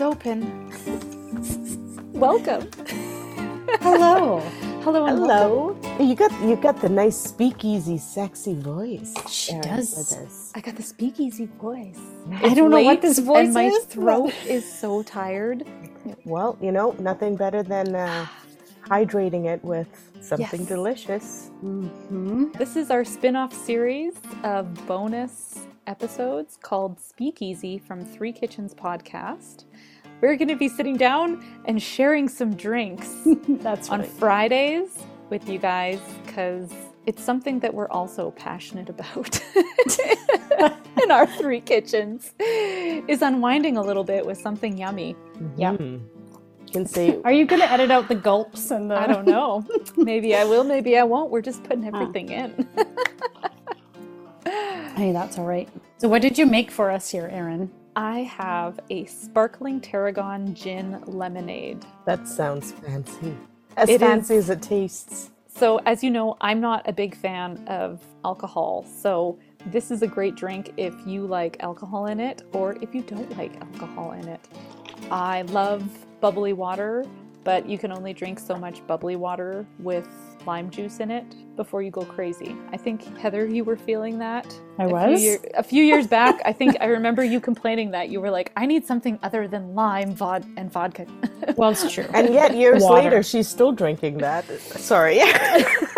open. Welcome. Hello. Hello and welcome. Hello. You got you got the nice speakeasy sexy voice. She Erin does. Withers. I got the speakeasy voice. I don't know what this voice and my is. throat is so tired. Well, you know, nothing better than uh, hydrating it with something Yes. delicious. hmm This is our spin-off series of bonus episodes called Speakeasy from Three Kitchens Podcast. We're going to be sitting down and sharing some drinks That's on Fridays with you guys cuz it's something that we're also passionate about. in our three kitchens is unwinding a little bit with something yummy. Yeah. You can see Are you going to edit out the gulps and the? I don't know. maybe I will, maybe I won't. We're just putting Huh. everything in. Hey, that's all right. So, what did you make for us here, Erin? I have a sparkling tarragon gin lemonade. that sounds fancy. As It fancy is. as it tastes. So, as you know, I'm not a big fan of alcohol. So, this is a great drink if you like alcohol in it or if you don't like alcohol in it. I love bubbly water, but you can only drink so much bubbly water with lime juice in it before you go crazy. I think, Heather, you were feeling that. I a was? Few year, a few years back, I think I remember you complaining that you were like, I need something other than lime vod- and vodka. Well, it's true. And yet years Water. later she's still drinking that. Sorry.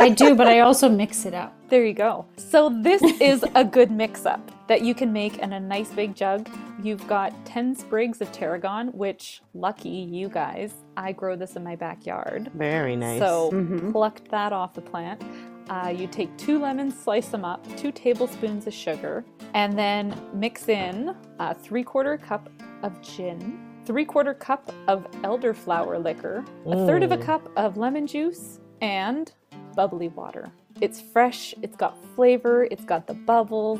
I do, but I also mix it up. There you go. So this is a good mix-up that you can make in a nice big jug. You've got 10 sprigs of tarragon, which lucky you guys, I grow this in my backyard. Very nice. So plucked that off the plant. Uh, you take two lemons, slice them up, two tablespoons of sugar, and then mix in a three quarter cup of gin, three quarter cup of elderflower liquor, a third of a cup of lemon juice, and bubbly water. It's fresh, it's got flavor, it's got the bubbles.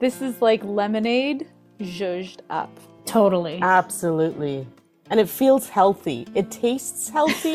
This is like lemonade zhuzhed up. Totally. Absolutely. And it feels healthy. It tastes healthy.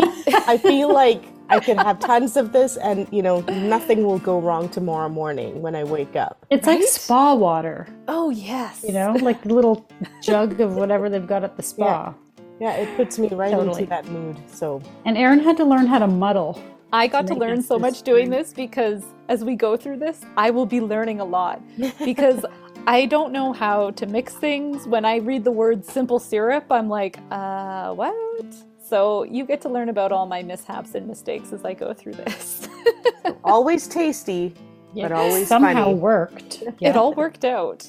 I feel like I could have tons of this and, you know, nothing will go wrong tomorrow morning when I wake up. it's like spa water, Oh, yes. you know, like the little jug of whatever they've got at the spa. Yeah, it puts me right Totally. into that mood. So, And Erin had to learn how to muddle. I got to make learn us so this much doing drink. this because as we go through this, I will be learning a lot because I don't know how to mix things. When I read the word simple syrup, I'm like, uh, what? So you get to learn about all my mishaps and mistakes as I go through this. always tasty, It but always somehow funny. worked. It all worked out.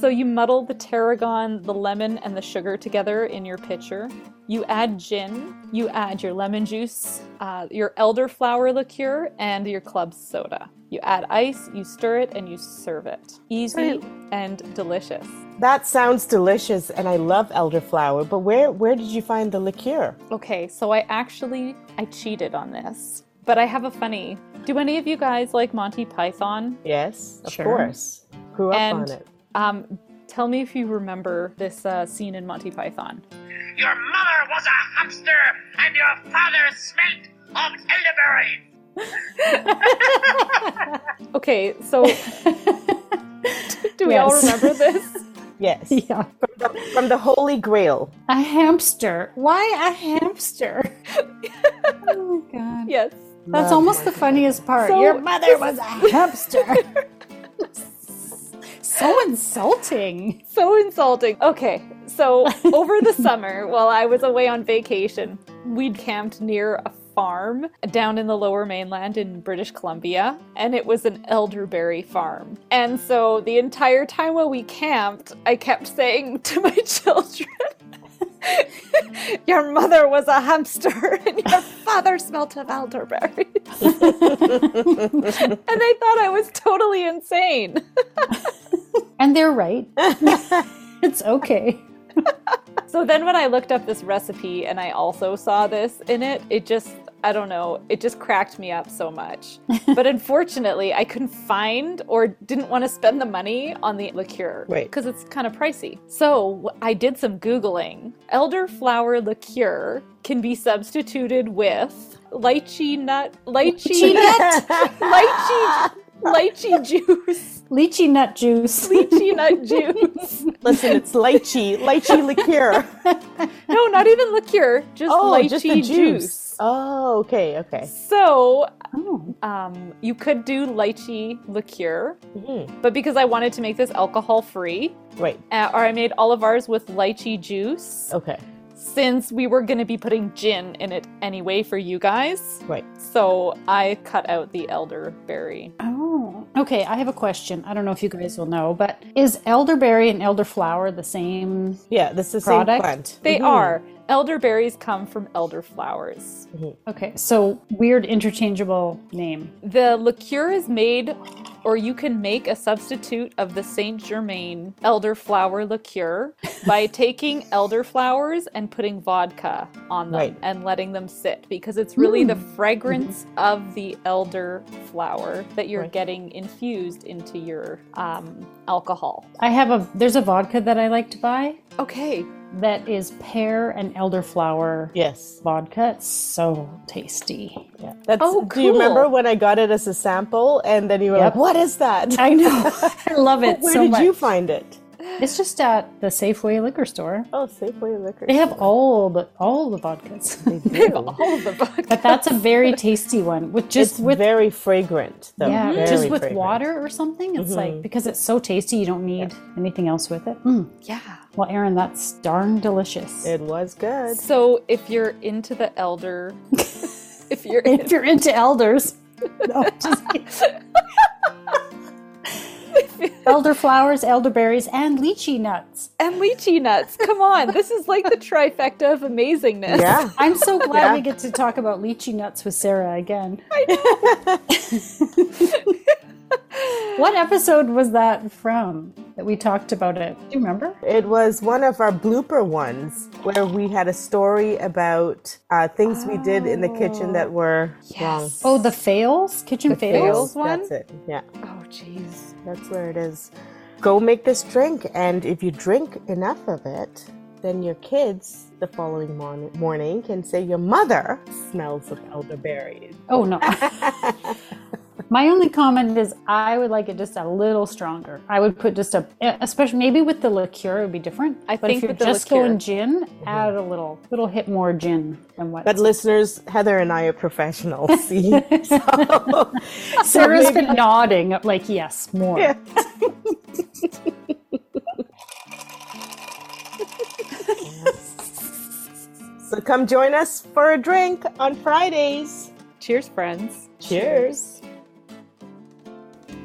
So you muddle the tarragon, the lemon, and the sugar together in your pitcher. You add gin, you add your lemon juice, uh, your elderflower liqueur, and your club soda. You add ice, you stir it, and you serve it. Easy Right. and delicious. That sounds delicious and I love elderflower, but where where did you find the liqueur? Okay, so I actually I cheated on this, but I have a funny. Do any of you guys like Monty Python? Yes, of Sure. course. Grew up And- on it. Um, tell me if you remember this uh, scene in Monty Python. Your mother was a hamster, and your father smelt of elderberry. Okay, so do we all Yes. remember this? Yes. Yeah. From the Holy Grail. A hamster. Why a hamster? oh my god. Yes. That's Love almost the funniest part. So- Your mother was a hamster. so insulting. So insulting. Okay, so over the summer, while I was away on vacation, we'd camped near a farm down in the lower mainland in British Columbia, and it was an elderberry farm. And so the entire time while we camped, I kept saying to my children, Your mother was a hamster, and your father smelt of elderberries. and they thought I was totally insane. And they're right. it's okay. So then when I looked up this recipe and I also saw this in it, it just I don't know, it just cracked me up so much. but unfortunately, I couldn't find or didn't want to spend the money on the liqueur Right. because it's kind of pricey. So I did some googling. Elderflower liqueur can be substituted with lychee nut lychee Cheat it. lychee lychee juice, Lychee nut juice. lychee nut juice. Listen, it's lychee, lychee liqueur. No, not even liqueur, just Oh, lychee just the juice. juice. Oh, okay, okay. So Oh, um, you could do lychee liqueur, Mhm. but because I wanted to make this alcohol free, Right. uh, or I made all of ours with lychee juice, Okay. since we were going to be putting gin in it anyway for you guys. Right. So I cut out the elderberry. oh. Okay, I have a question. I don't know if you guys will know, but is elderberry and elderflower the same? Yeah, this is the same Product? plant. They Mhm. are. Elderberries come from elderflowers. Okay, so weird interchangeable name. The liqueur is made, or you can make a substitute of the Saint Germain elderflower liqueur by taking elderflowers and putting vodka on them Right. and letting them sit because it's really the fragrance of the elderflower that you're Right. getting infused into your um, alcohol. I have a there's a vodka that I like to buy Okay. that is pear and elderflower Yes. vodka. It's so tasty. Yeah. That's, Oh, Do you remember cool. when I got it as a sample and then you were like, Yep. what is that? I know. I love it Where so did much. you find it? It's just at the Safeway liquor store. Oh, Safeway Liquor. They have all the all the vodkas, They do. All of the vodka. but that's a very tasty one with just it's with very fragrant, though. yeah, Very just with fragrant. water or something. It's like because it's so tasty, you don't need anything else with it. Mm. Yeah. Well, Erin, that's darn delicious. It was good. So if you're into the elder, if you're if you're into elders, no, just kidding. elderflowers, elderberries, and lychee nuts. and lychee nuts. Come on, this is like the trifecta of amazingness. Yeah. I'm so glad Yeah. we get to talk about lychee nuts with Sarah again. what episode was that from that we talked about it? Do you remember? It was one of our blooper ones where we had a story about uh, things we did in the kitchen that were wrong. Oh, the fails, kitchen fails. fails one? That's it. Yeah, Oh, jeez. that's where it is. Go make this drink, and if you drink enough of it, then your kids the following morning, morning can say your mother smells of elderberries. Oh no. My only comment is I would like it just a little stronger. I would put just a, especially maybe with the liqueur, it would be different. I but think if you're with the just liqueur. going gin, add a little, little hit more gin than what. But listeners, Heather and I are professionals. See, so, Sarah's maybe- been nodding like yes, more. Yeah. so come join us for a drink on Fridays. Cheers, friends. Cheers.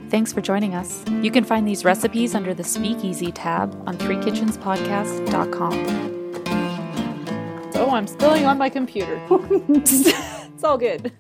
Thanks for joining us. You can find these recipes under the Speakeasy tab on threekitchenspodcast.com. Oh, I'm spilling on my computer. it's all good.